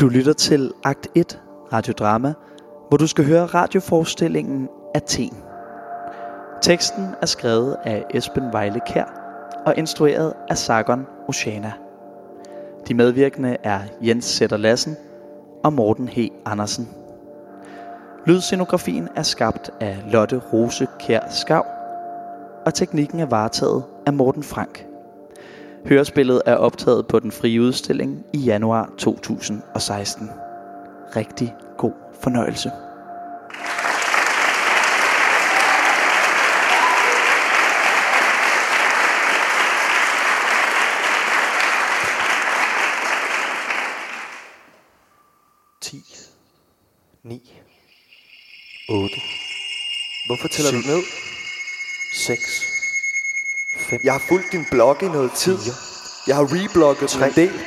Du lytter til Akt 1, radiodrama, hvor du skal høre radioforestillingen Athen. Teksten er skrevet af Esben Vejle Kær og instrueret af Sargon Oceana. De medvirkende er Jens Sætter Lassen og Morten H. Andersen. Lydscenografien er skabt af Lotte Rose Kær Skav, og teknikken er varetaget af Morten Frank. Hørespillet er optaget på den frie udstilling i januar 2016. Rigtig god fornøjelse. ti, ni, otte. Hvorfor tæller du ned? 6, 5, Jeg har fulgt din blog i noget tid. Fire. Jeg har reblogget Tre. en del.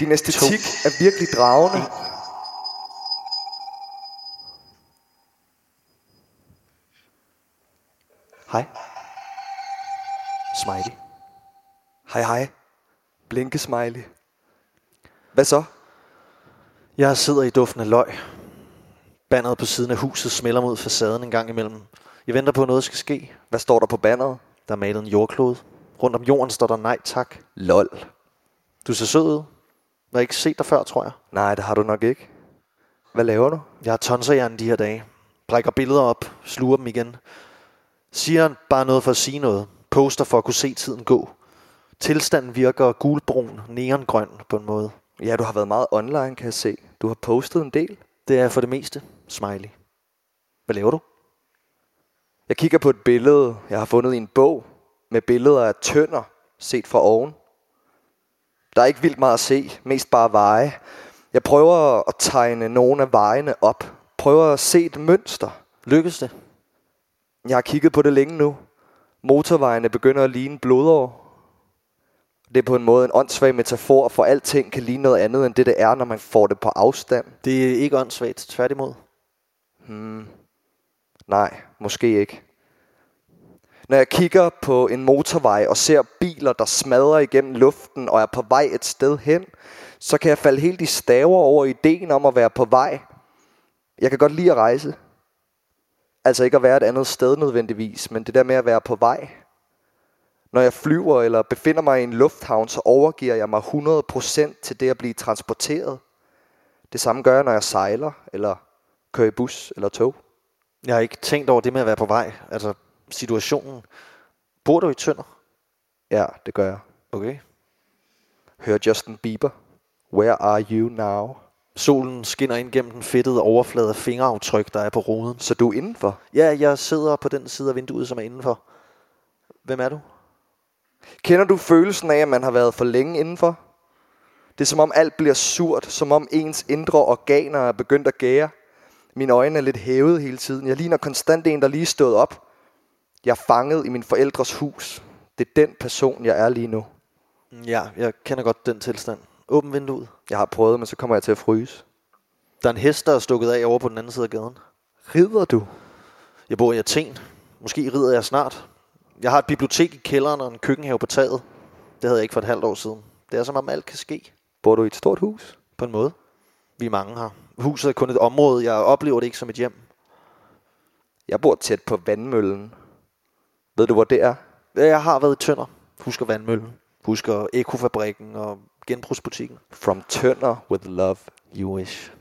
Din æstetik er virkelig dragende. hej. Smiley. Hej hej. Blinke smiley. Hvad så? Jeg sidder i duften af løg. Banneret på siden af huset smelter mod facaden en gang imellem. Jeg venter på, at noget skal ske. Hvad står der på banneret? Der er malet en jordklode. Rundt om jorden står der nej tak. Lol. Du ser sød ud. Jeg har ikke set dig før, tror jeg. Nej, det har du nok ikke. Hvad laver du? Jeg har tonserhjernen de her dage. Brækker billeder op, sluger dem igen. Siger bare noget for at sige noget. Poster for at kunne se tiden gå. Tilstanden virker gulbrun, neongrøn på en måde. Ja, du har været meget online, kan jeg se. Du har postet en del. Det er for det meste smiley. Hvad laver du? Jeg kigger på et billede, jeg har fundet i en bog, med billeder af tønder, set fra oven. Der er ikke vildt meget at se, mest bare veje. Jeg prøver at tegne nogle af vejene op. Prøver at se et mønster. Lykkes det? Jeg har kigget på det længe nu. Motorvejene begynder at ligne blodår. Det er på en måde en åndssvag metafor, for alting kan ligne noget andet, end det det er, når man får det på afstand. Det er ikke åndssvagt, tværtimod. Nej, måske ikke. Når jeg kigger på en motorvej og ser biler, der smadrer igennem luften og er på vej et sted hen, så kan jeg falde helt i staver over ideen om at være på vej. Jeg kan godt lide at rejse. Altså ikke at være et andet sted nødvendigvis, men det der med at være på vej. Når jeg flyver eller befinder mig i en lufthavn, så overgiver jeg mig 100% til det at blive transporteret. Det samme gør jeg, når jeg sejler, eller kører i bus eller tog. Jeg har ikke tænkt over det med at være på vej. Altså situationen. Bor du i Tønder? Ja, det gør jeg. Okay. Hør Justin Bieber. Where are you now? Solen skinner ind gennem den fedtede overflade af fingeraftryk, der er på ruden. Så du er indenfor. Ja, jeg sidder på den side af vinduet, som er indenfor. Hvem er du? Kender du følelsen af, at man har været for længe indenfor? Det er som om alt bliver surt, som om ens indre organer er begyndt at gære. Mine øjne er lidt hævet hele tiden. Jeg ligner konstant en, der lige er stået op. Jeg er fanget i min forældres hus. Det er den person, jeg er lige nu. Ja, jeg kender godt den tilstand. Åbn vinduet. Jeg har prøvet, men så kommer jeg til at fryse. Der er en hest, der er stukket af over på den anden side af gaden. Rider du? Jeg bor i Athen. Måske rider jeg snart. Jeg har et bibliotek i kælderen og en køkkenhave på taget. Det havde jeg ikke for et halvt år siden. Det er som om alt kan ske. Bor du i et stort hus? På en måde. Vi er mange her. Huset er kun et område. Jeg oplever det ikke som et hjem. Jeg bor tæt på vandmøllen. Ved du, hvor det er? Jeg har været i Tønder. Husker vandmøllen. Husker ekofabrikken og genbrugsbutikken. From Tønder with love. You wish.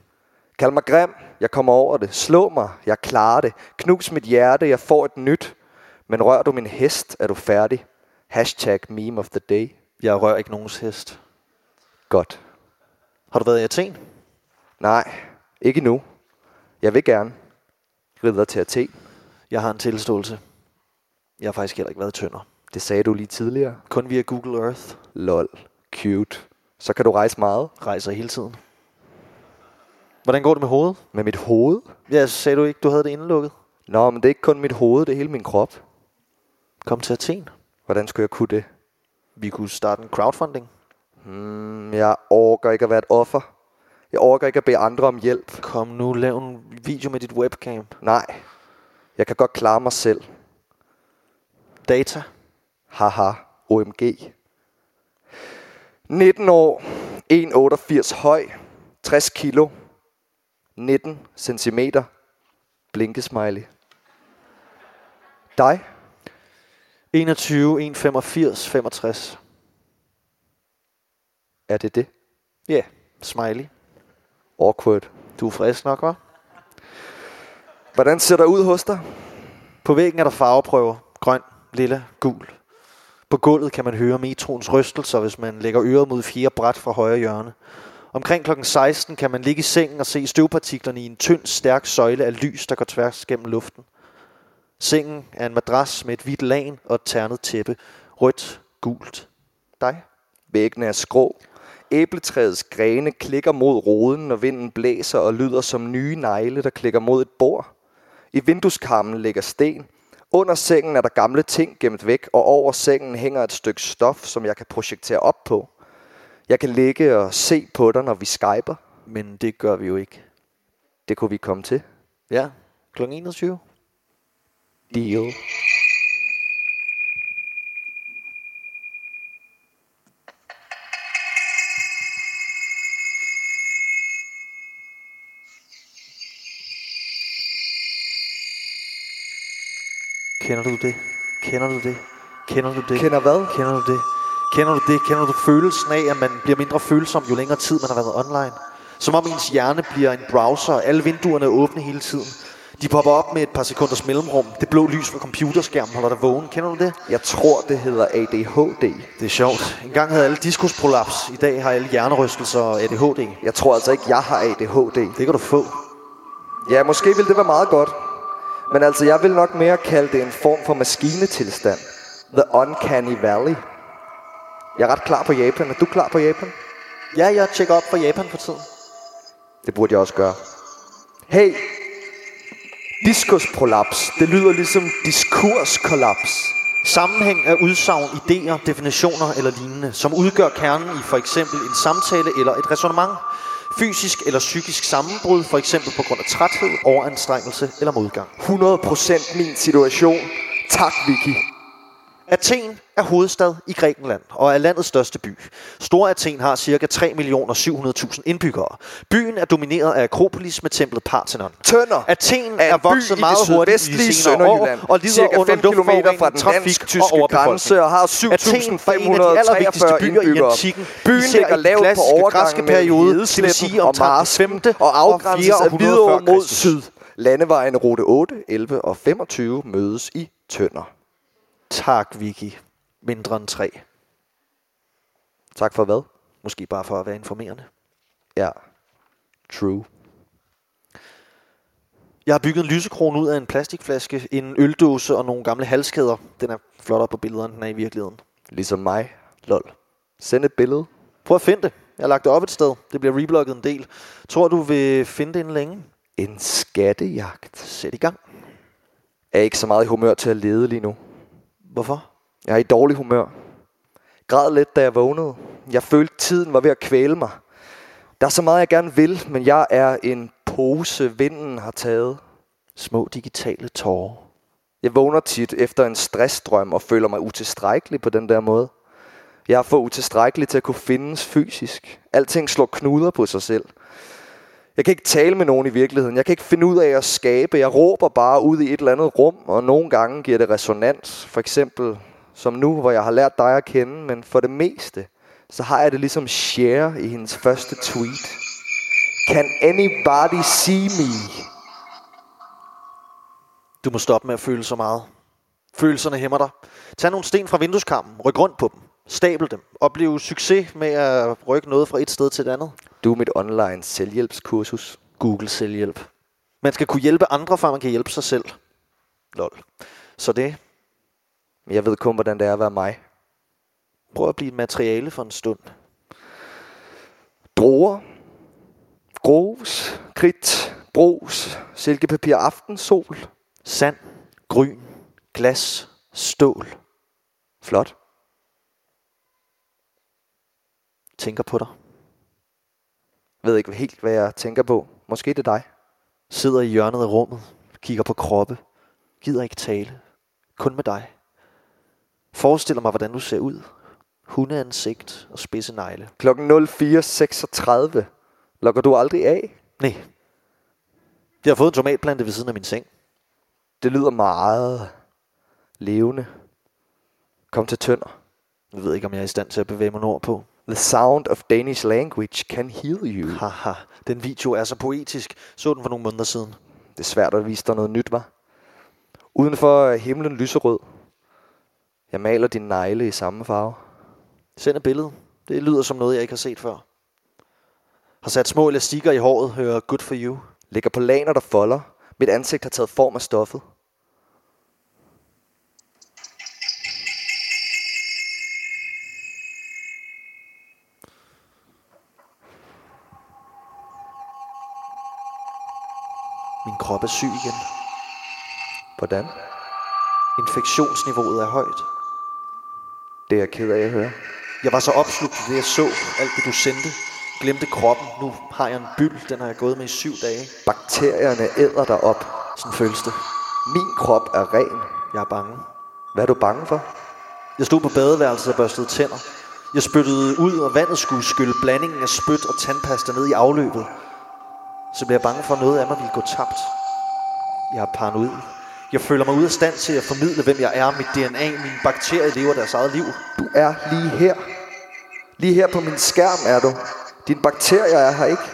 Kald mig grim, jeg kommer over det. Slå mig, jeg klarer det. Knus mit hjerte, jeg får et nyt. Men rør du min hest, er du færdig. Hashtag meme of the day. Jeg rører ikke nogens hest. Godt. Har du været i Athen? Nej, ikke nu. Jeg vil gerne. Ridder til Athen. Jeg har en tilståelse. Jeg har faktisk heller ikke været i Tønder. Det sagde du lige tidligere. Kun via Google Earth Lol. Cute. Så kan du rejse meget. rejser jeg hele tiden. Hvordan går det med hovedet? Med mit hoved? Ja, sagde du ikke, du havde det indelukket? Nå, men det er ikke kun mit hoved, det er hele min krop. Kom til Athen. Hvordan skulle jeg kunne det? Vi kunne starte en crowdfunding. Mm, Jeg orker ikke at være et offer. Jeg orker ikke at bede andre om hjælp. Kom nu, lav en video med dit webcam. Nej. Jeg kan godt klare mig selv. Data. Haha. OMG. 19 år. 1,88 høj. 60 kilo. 19 centimeter. Blinkesmiley. Dig? 21, 185, 65. Er det det? Ja, yeah. smiley. Awkward. Du er frisk nok, hva'? Hvordan ser der ud hos dig? På væggen er der farveprøver. Grøn, lilla, gul. På gulvet kan man høre metroens rystelser, hvis man lægger øret mod fjerde bræt fra højre hjørne. Omkring kl. 16 kan man ligge i sengen og se støvpartiklerne i en tynd, stærk søjle af lys, der går tværs gennem luften. Sengen er en madras med et hvidt lagen og et ternet tæppe. Rødt, gult. Dig? Væggene er skrå. Æbletræets grene klikker mod roden, når vinden blæser og lyder som nye negle, der klikker mod et bord. I vindueskarmen ligger sten. Under sengen er der gamle ting gemt væk, og over sengen hænger et stykke stof, som jeg kan projektere op på. Jeg kan ligge og se på dig, når vi skyper. Men det gør vi jo ikke. Det kunne vi komme til. Ja, kl. 21. Deal. Kender du det? Kender du det? Kender du det? Kender hvad? Kender du det? Kender du det? Kender du følelsen af, at man bliver mindre følsom, jo længere tid man har været online? Som om ens hjerne bliver en browser, og alle vinduerne er åbne hele tiden. De popper op med et par sekunders mellemrum. Det blå lys fra computerskærmen holder dig vågen. Kender du det? Jeg tror, det hedder ADHD. Det er sjovt. En gang havde alle diskusprolaps. I dag har alle hjernerystelser og ADHD. Jeg tror altså ikke, jeg har ADHD. Det kan du få. Ja, måske ville det være meget godt. Men altså, jeg vil nok mere kalde det en form for maskinetilstand. The Uncanny Valley. Jeg er ret klar på Japan. Er du klar på Japan? Ja, jeg tjekker op fra Japan for tiden. Det burde jeg også gøre. Hey! Diskusprolaps. Det lyder ligesom diskurskollaps. Sammenhæng af udsagn, idéer, definitioner eller lignende, som udgør kernen i for eksempel en samtale eller et resonemang. Fysisk eller psykisk sammenbrud, for eksempel på grund af træthed, overanstrengelse eller modgang. 100% min situation. Tak, Vicky. Athen er hovedstad i Grækenland og er landets største by. Stor Athen har ca. 3.700.000 indbyggere. Byen er domineret af Akropolis med templet Parthenon. Tønder. Athen er Mm. er en by i vokset det meget hurtigt i sydvestlige de senere år, Sønderjylland, og lider cirka under 5 kilometer luftforurening, fra den trafik dansk-tyske og overbefolkning. grænse og har Athen var en af de 7.543 allervigtigste byer i indbyggere. antikken. Byen Især ligger i den lavt på klassiske overgangen græske mellem periode, det vil Hedesletten sige og omtrent Marsken, 5. og afgrænses og af 440 Hvidovre mod Kristus. syd. Landevejen rute 8, 11 og 25 mødes i Tønder. Tak, Vicky. Mindre end tre. Tak for hvad? Måske bare for at være informerende. Ja. True. Jeg har bygget en lysekron ud af en plastikflaske, en øldåse og nogle gamle halskæder. Den er flottere på billeder, end den er i virkeligheden. Ligesom mig. Lol. Send et billede. Prøv at finde det. Jeg har lagt det op et sted. Det bliver reblogget en del. Tror du vil finde det inden længe? En skattejagt. Sæt i gang. Jeg er ikke så meget i humør til at lede lige nu. Hvorfor? Jeg er i dårlig humør. Græd lidt, da jeg vågnede. Jeg følte, tiden var ved at kvæle mig. Der er så meget, jeg gerne vil, men jeg er en pose, vinden har taget. Små digitale tårer. Jeg vågner tit efter en stressdrøm og føler mig utilstrækkelig på den der måde. Jeg er for utilstrækkelig til at kunne findes fysisk. Alting slår knuder på sig selv. Jeg kan ikke tale med nogen i virkeligheden. Jeg kan ikke finde ud af at skabe. Jeg råber bare ud i et eller andet rum, og nogle gange giver det resonans. For eksempel som nu, hvor jeg har lært dig at kende, men for det meste, så har jeg det ligesom Cher i hendes første tweet. Can anybody see me? Du må stoppe med at føle så meget. Følelserne hæmmer dig. Tag nogle sten fra vindueskammen, ryk rundt på dem, stabel dem, oplev succes med at rykke noget fra et sted til et andet. Du er mit online selvhjælpskursus. Google selvhjælp. Man skal kunne hjælpe andre, før man kan hjælpe sig selv. Lol. Så det, Men jeg ved kun, hvordan det er at være mig. prøv at blive et materiale for en stund. Droger. Grus, kridt, brus, silkepapir, aftensol. Sand, gryn, glas, stål. Flot. Tænker på dig. Ved ikke helt, hvad jeg tænker på. Måske det er dig. Sidder i hjørnet af rummet. Kigger på kroppe. Gider ikke tale. Kun med dig. Forestiller mig, hvordan du ser ud. Hundeansigt og spidse negle. Klokken 04.36. Logger du aldrig af? Nej. Jeg har fået en tomatplante ved siden af min seng. Det lyder meget levende. Kom til Tønder. Jeg ved ikke, om jeg er i stand til at bevæge mig nordpå. The sound of Danish language can heal you. Haha, den video er så poetisk. Så den for nogle måneder siden. Det er svært at vise dig noget nyt, var. Udenfor er himlen lyserød. Jeg maler din negle i samme farve. Send et billede. Det lyder som noget, jeg ikke har set før. Har sat små elastikker i håret, hører good for you. Ligger på laner, der folder. Mit ansigt har taget form af stoffet. Min krop er syg igen. Hvordan? Infektionsniveauet er højt. Det er jeg ked af at høre. Jeg var så opslugt i det, jeg så, alt det du sendte. Glemte kroppen. Nu har jeg en byld, den har jeg gået med i syv dage. Bakterierne æder dig op. Sådan føles det. Min krop er ren. Jeg er bange. Hvad er du bange for? Jeg stod på badeværelset og børstede tænder. Jeg spyttede ud, og vandet skulle skylle blandingen af spyt og tandpasta ned i afløbet. Så blev jeg bange for, at noget af mig ville gå tabt. Jeg er paranoid. Jeg føler mig ude af stand til at formidle, hvem jeg er, mit DNA, mine bakterier lever deres eget liv. Du er lige her. Lige her på min skærm er du. Dine bakterier er her ikke.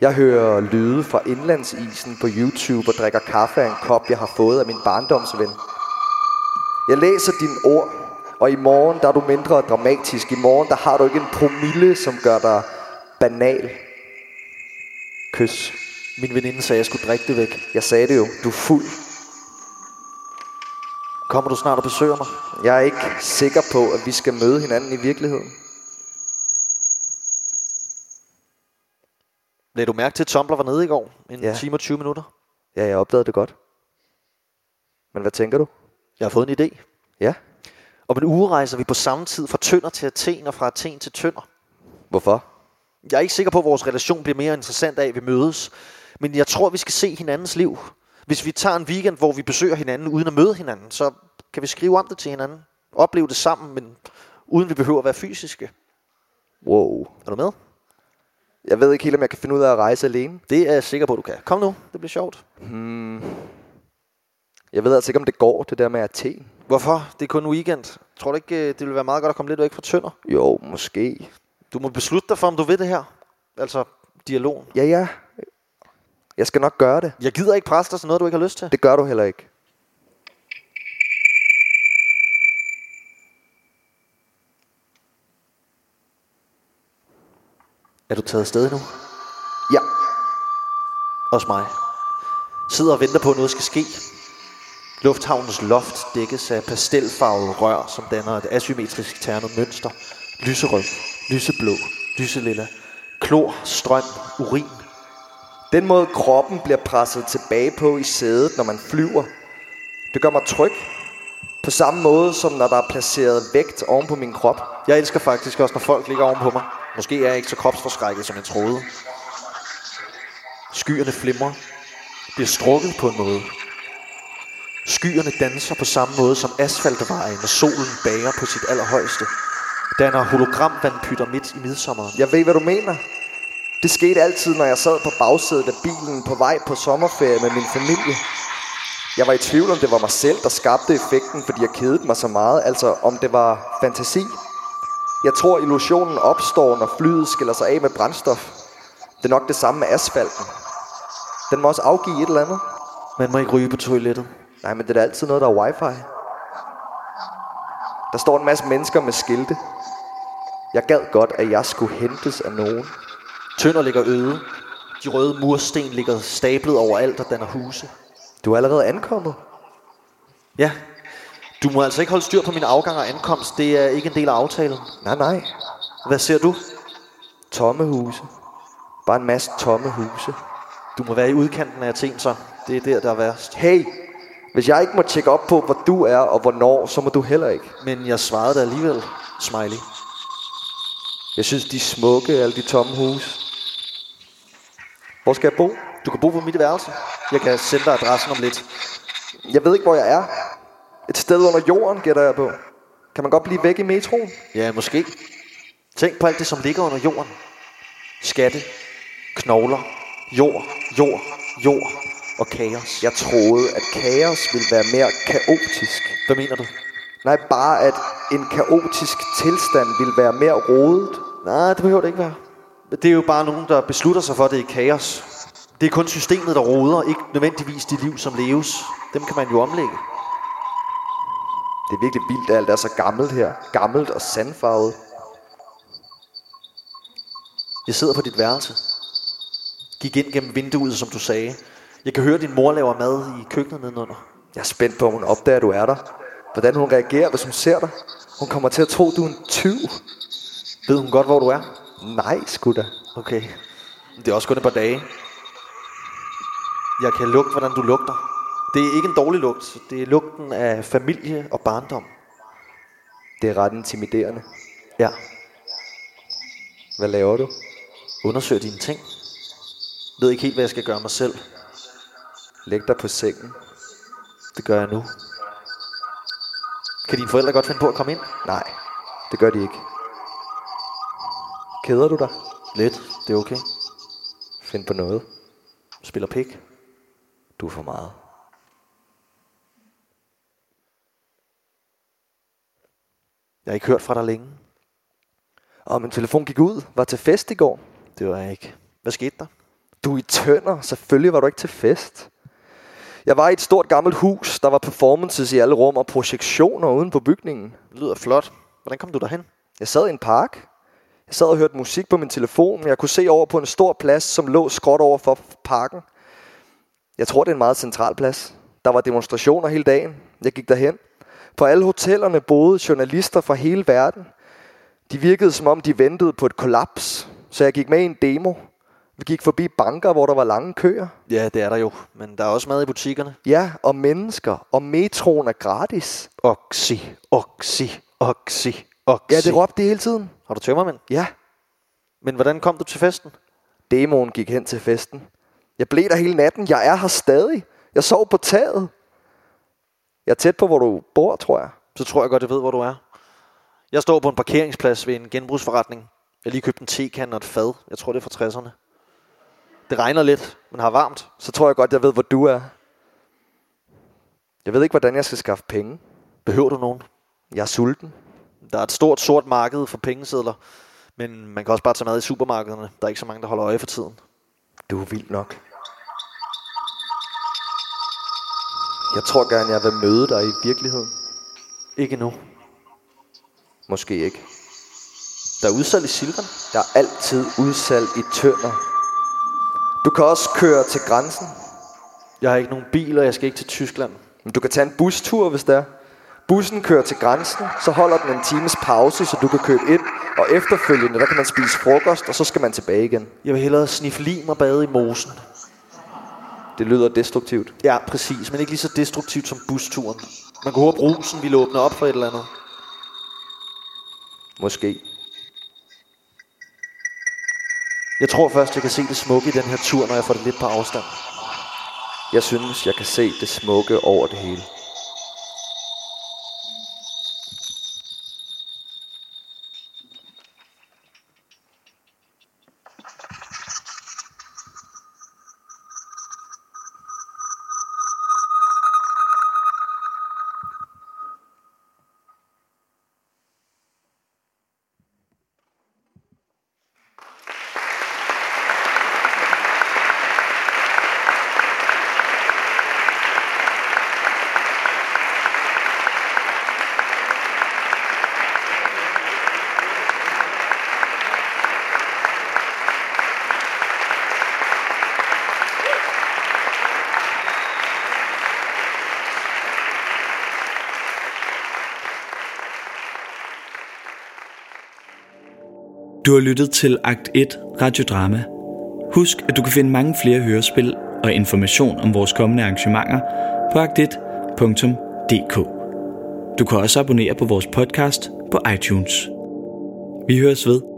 Jeg hører lyde fra indlandsisen på YouTube og drikker kaffe af en kop, jeg har fået af min barndomsven. Jeg læser dine ord, og i morgen der er du mindre dramatisk. I morgen der har du ikke en promille, som gør dig banal. Kys. Min veninde sagde, at jeg skulle drikke det væk. Jeg sagde det jo, du er fuld. Kommer du snart og besøger mig? Jeg er ikke sikker på, at vi skal møde hinanden i virkeligheden. Lad du mærke til, at Tumblr var nede i går? En Ja. ja. time og 20 minutter. Ja, jeg opdagede det godt. Men hvad tænker du? Jeg har fået en idé. Ja. Om en uge rejser vi på samme tid fra Tønder til Athen og fra Athen til Tønder. Hvorfor? Jeg er ikke sikker på, at vores relation bliver mere interessant af, at vi mødes. Men jeg tror, vi skal se hinandens liv. Hvis vi tager en weekend, hvor vi besøger hinanden uden at møde hinanden, så kan vi skrive om det til hinanden. Opleve det sammen, men uden vi behøver at være fysiske. Wow. Er du med? Jeg ved ikke helt, om jeg kan finde ud af at rejse alene. Det er jeg sikker på, du kan. Kom nu, det bliver sjovt. Jeg ved altså ikke, om det går, det der med Athen. Hvorfor? Det er kun weekend. Tror du ikke, øh, det ville være meget godt at komme lidt væk fra Tønder? Jo, måske. Du må beslutte dig for, om du vil det her. Altså, dialogen. Ja, ja. Jeg skal nok gøre det. Jeg gider ikke presse dig til noget, du ikke har lyst til. Det gør du heller ikke. Er du taget afsted nu? Ja. Også mig. Sidder og venter på, at noget skal ske. Lufthavnens loft dækkes af pastelfarvede rør, som danner et asymmetrisk ternet mønster. Lyserød, lyseblå, lyselilla, klor, strøm, urin. Den måde, kroppen bliver presset tilbage på i sædet, når man flyver, det gør mig tryg. På samme måde, som når der er placeret vægt oven på min krop. Jeg elsker faktisk også, når folk ligger ovenpå mig. Måske er jeg ikke så kropsforskrækket, som jeg troede. Skyerne flimrer. Bliver strukket på en måde. Skyerne danser på samme måde som asfaltvejen, når solen bager på sit allerhøjeste. Danner hologramvandpytter midt i midsommeren. Jeg ved, hvad du mener. Det skete altid, når jeg sad på bagsædet af bilen på vej på sommerferie med min familie. Jeg var i tvivl, om det var mig selv, der skabte effekten, fordi jeg kedede mig så meget. Altså, om det var fantasi. Jeg tror, illusionen opstår, når flyet skiller sig af med brændstof. Det er nok det samme med asfalten. Den må også afgive et eller andet. Man må ikke ryge på toilettet. Nej, men det er da altid noget, der er wifi. Der står en masse mennesker med skilte. Jeg gad godt, at jeg skulle hentes af nogen. Tønder ligger øde. De røde mursten ligger stablet overalt og danner huse. Du er allerede ankommet. Ja. Du må altså ikke holde styr på min afgang og ankomst. Det er ikke en del af aftalen. Nej, nej. Hvad ser du? Tomme huse. Bare en masse tomme huse. Du må være i udkanten af Athen så. Det er der, der er værst. Hey, hvis jeg ikke må tjekke op på, hvor du er og hvornår, så må du heller ikke. Men jeg svarede da alligevel, smiley. Jeg synes, de er smukke, alle de tomme huse. Hvor skal jeg bo? Du kan bo på mit værelse. Jeg kan sende dig adressen om lidt. Jeg ved ikke, hvor jeg er. Et sted under jorden, gætter jeg på. Kan man godt blive væk i metroen? Ja, måske. Tænk på alt det, som ligger under jorden. Skatte, knogler, jord, jord, jord og kaos. Ja. Jeg troede, at kaos ville være mere kaotisk. Hvad mener du? Nej, bare at en kaotisk tilstand ville være mere rodet. Nej, det behøver det ikke være. Det er jo bare nogen, der beslutter sig for, at det er kaos. Det er kun systemet, der roder, ikke nødvendigvis de liv, som leves. Dem kan man jo omlægge. Det er virkelig vildt, at alt er så gammelt her. Gammelt og sandfarvet. Jeg sidder på dit værelse. Gik ind gennem vinduet, som du sagde. Jeg kan høre, at din mor laver mad i køkkenet nedenunder. Jeg er spændt på, om hun opdager, at du er der. Hvordan hun reagerer, hvis hun ser dig. Hun kommer til at tro, du er en tyv. Ved hun godt, hvor du er? Nej, sgu da. Okay. Det er også kun et par dage. Jeg kan lugte, hvordan du lugter. Det er ikke en dårlig lugt. Det er lugten af familie og barndom. Det er ret intimiderende. Ja. Hvad laver du? Undersøg dine ting. Ved ikke helt, hvad jeg skal gøre mig selv. Læg dig på sengen. Det gør jeg nu. Kan dine forældre godt finde på at komme ind? Nej, det gør de ikke. Keder du dig? Lidt. Det er okay. Find på noget. Spiller pik. Du er for meget. Jeg har ikke hørt fra dig længe. Og min telefon gik ud. Var til fest i går. Det var jeg ikke. Hvad skete der? Du er i tønder. Selvfølgelig var du ikke til fest. Jeg var i et stort gammelt hus. Der var performances i alle rum og projektioner uden på bygningen. Det lyder flot. Hvordan kom du derhen? Jeg sad i en park. Jeg sad og hørte musik på min telefon, men jeg kunne se over på en stor plads, som lå skråt over for parken. Jeg tror, det er en meget central plads. Der var demonstrationer hele dagen. Jeg gik derhen. På alle hotellerne boede journalister fra hele verden. De virkede, som om de ventede på et kollaps, så jeg gik med i en demo. Vi gik forbi banker, hvor der var lange køer. Ja, det er der jo. Men der er også mad i butikkerne. Ja, og mennesker. Og metroen er gratis. Oxy, oxy, oxy, oxy. Ja, det råbte de hele tiden. Har du tømmermænd? Ja, Men hvordan kom du til festen? Demoen gik hen til festen. Jeg blev der hele natten. Jeg er her stadig. Jeg sov på taget. Jeg er tæt på, hvor du bor, tror jeg. Så tror jeg godt, jeg ved, hvor du er. Jeg står på en parkeringsplads ved en genbrugsforretning. Jeg har lige købt en tekan og et fad. Jeg tror, det er fra 60'erne. Det regner lidt, men har varmt. Så tror jeg godt, jeg ved, hvor du er. Jeg ved ikke, hvordan jeg skal skaffe penge. Behøver du nogen? Jeg er sulten. Der er et stort sort marked for pengesedler. Men man kan også bare tage mad i supermarkederne. Der er ikke så mange, der holder øje for tiden. Du er vild nok. Jeg tror gerne, jeg vil møde dig i virkeligheden. Ikke nu. Måske ikke. Der er udsalg i Silvan. Der er altid udsalg i tønder. Du kan også køre til grænsen. Jeg har ikke nogen bil, og jeg skal ikke til Tyskland. Men du kan tage en bustur, hvis der. Bussen kører til grænsen, så holder den en times pause, så du kan købe ind, og efterfølgende, der kan man spise frokost, og så skal man tilbage igen. Jeg vil hellere sniffe lim og bade i mosen. Det lyder destruktivt. Ja, præcis, men ikke lige så destruktivt som busturen. Man kunne håbe, brusen ville åbne op for et eller andet. Måske. Jeg tror først, jeg kan se det smukke i den her tur, når jeg får det lidt på afstand. Jeg synes, jeg kan se det smukke over det hele. Du har lyttet til Akt 1 Radiodrama. Husk, at du kan finde mange flere hørespil og information om vores kommende arrangementer på agtit.dk. Du kan også abonnere på vores podcast på iTunes. Vi høres ved.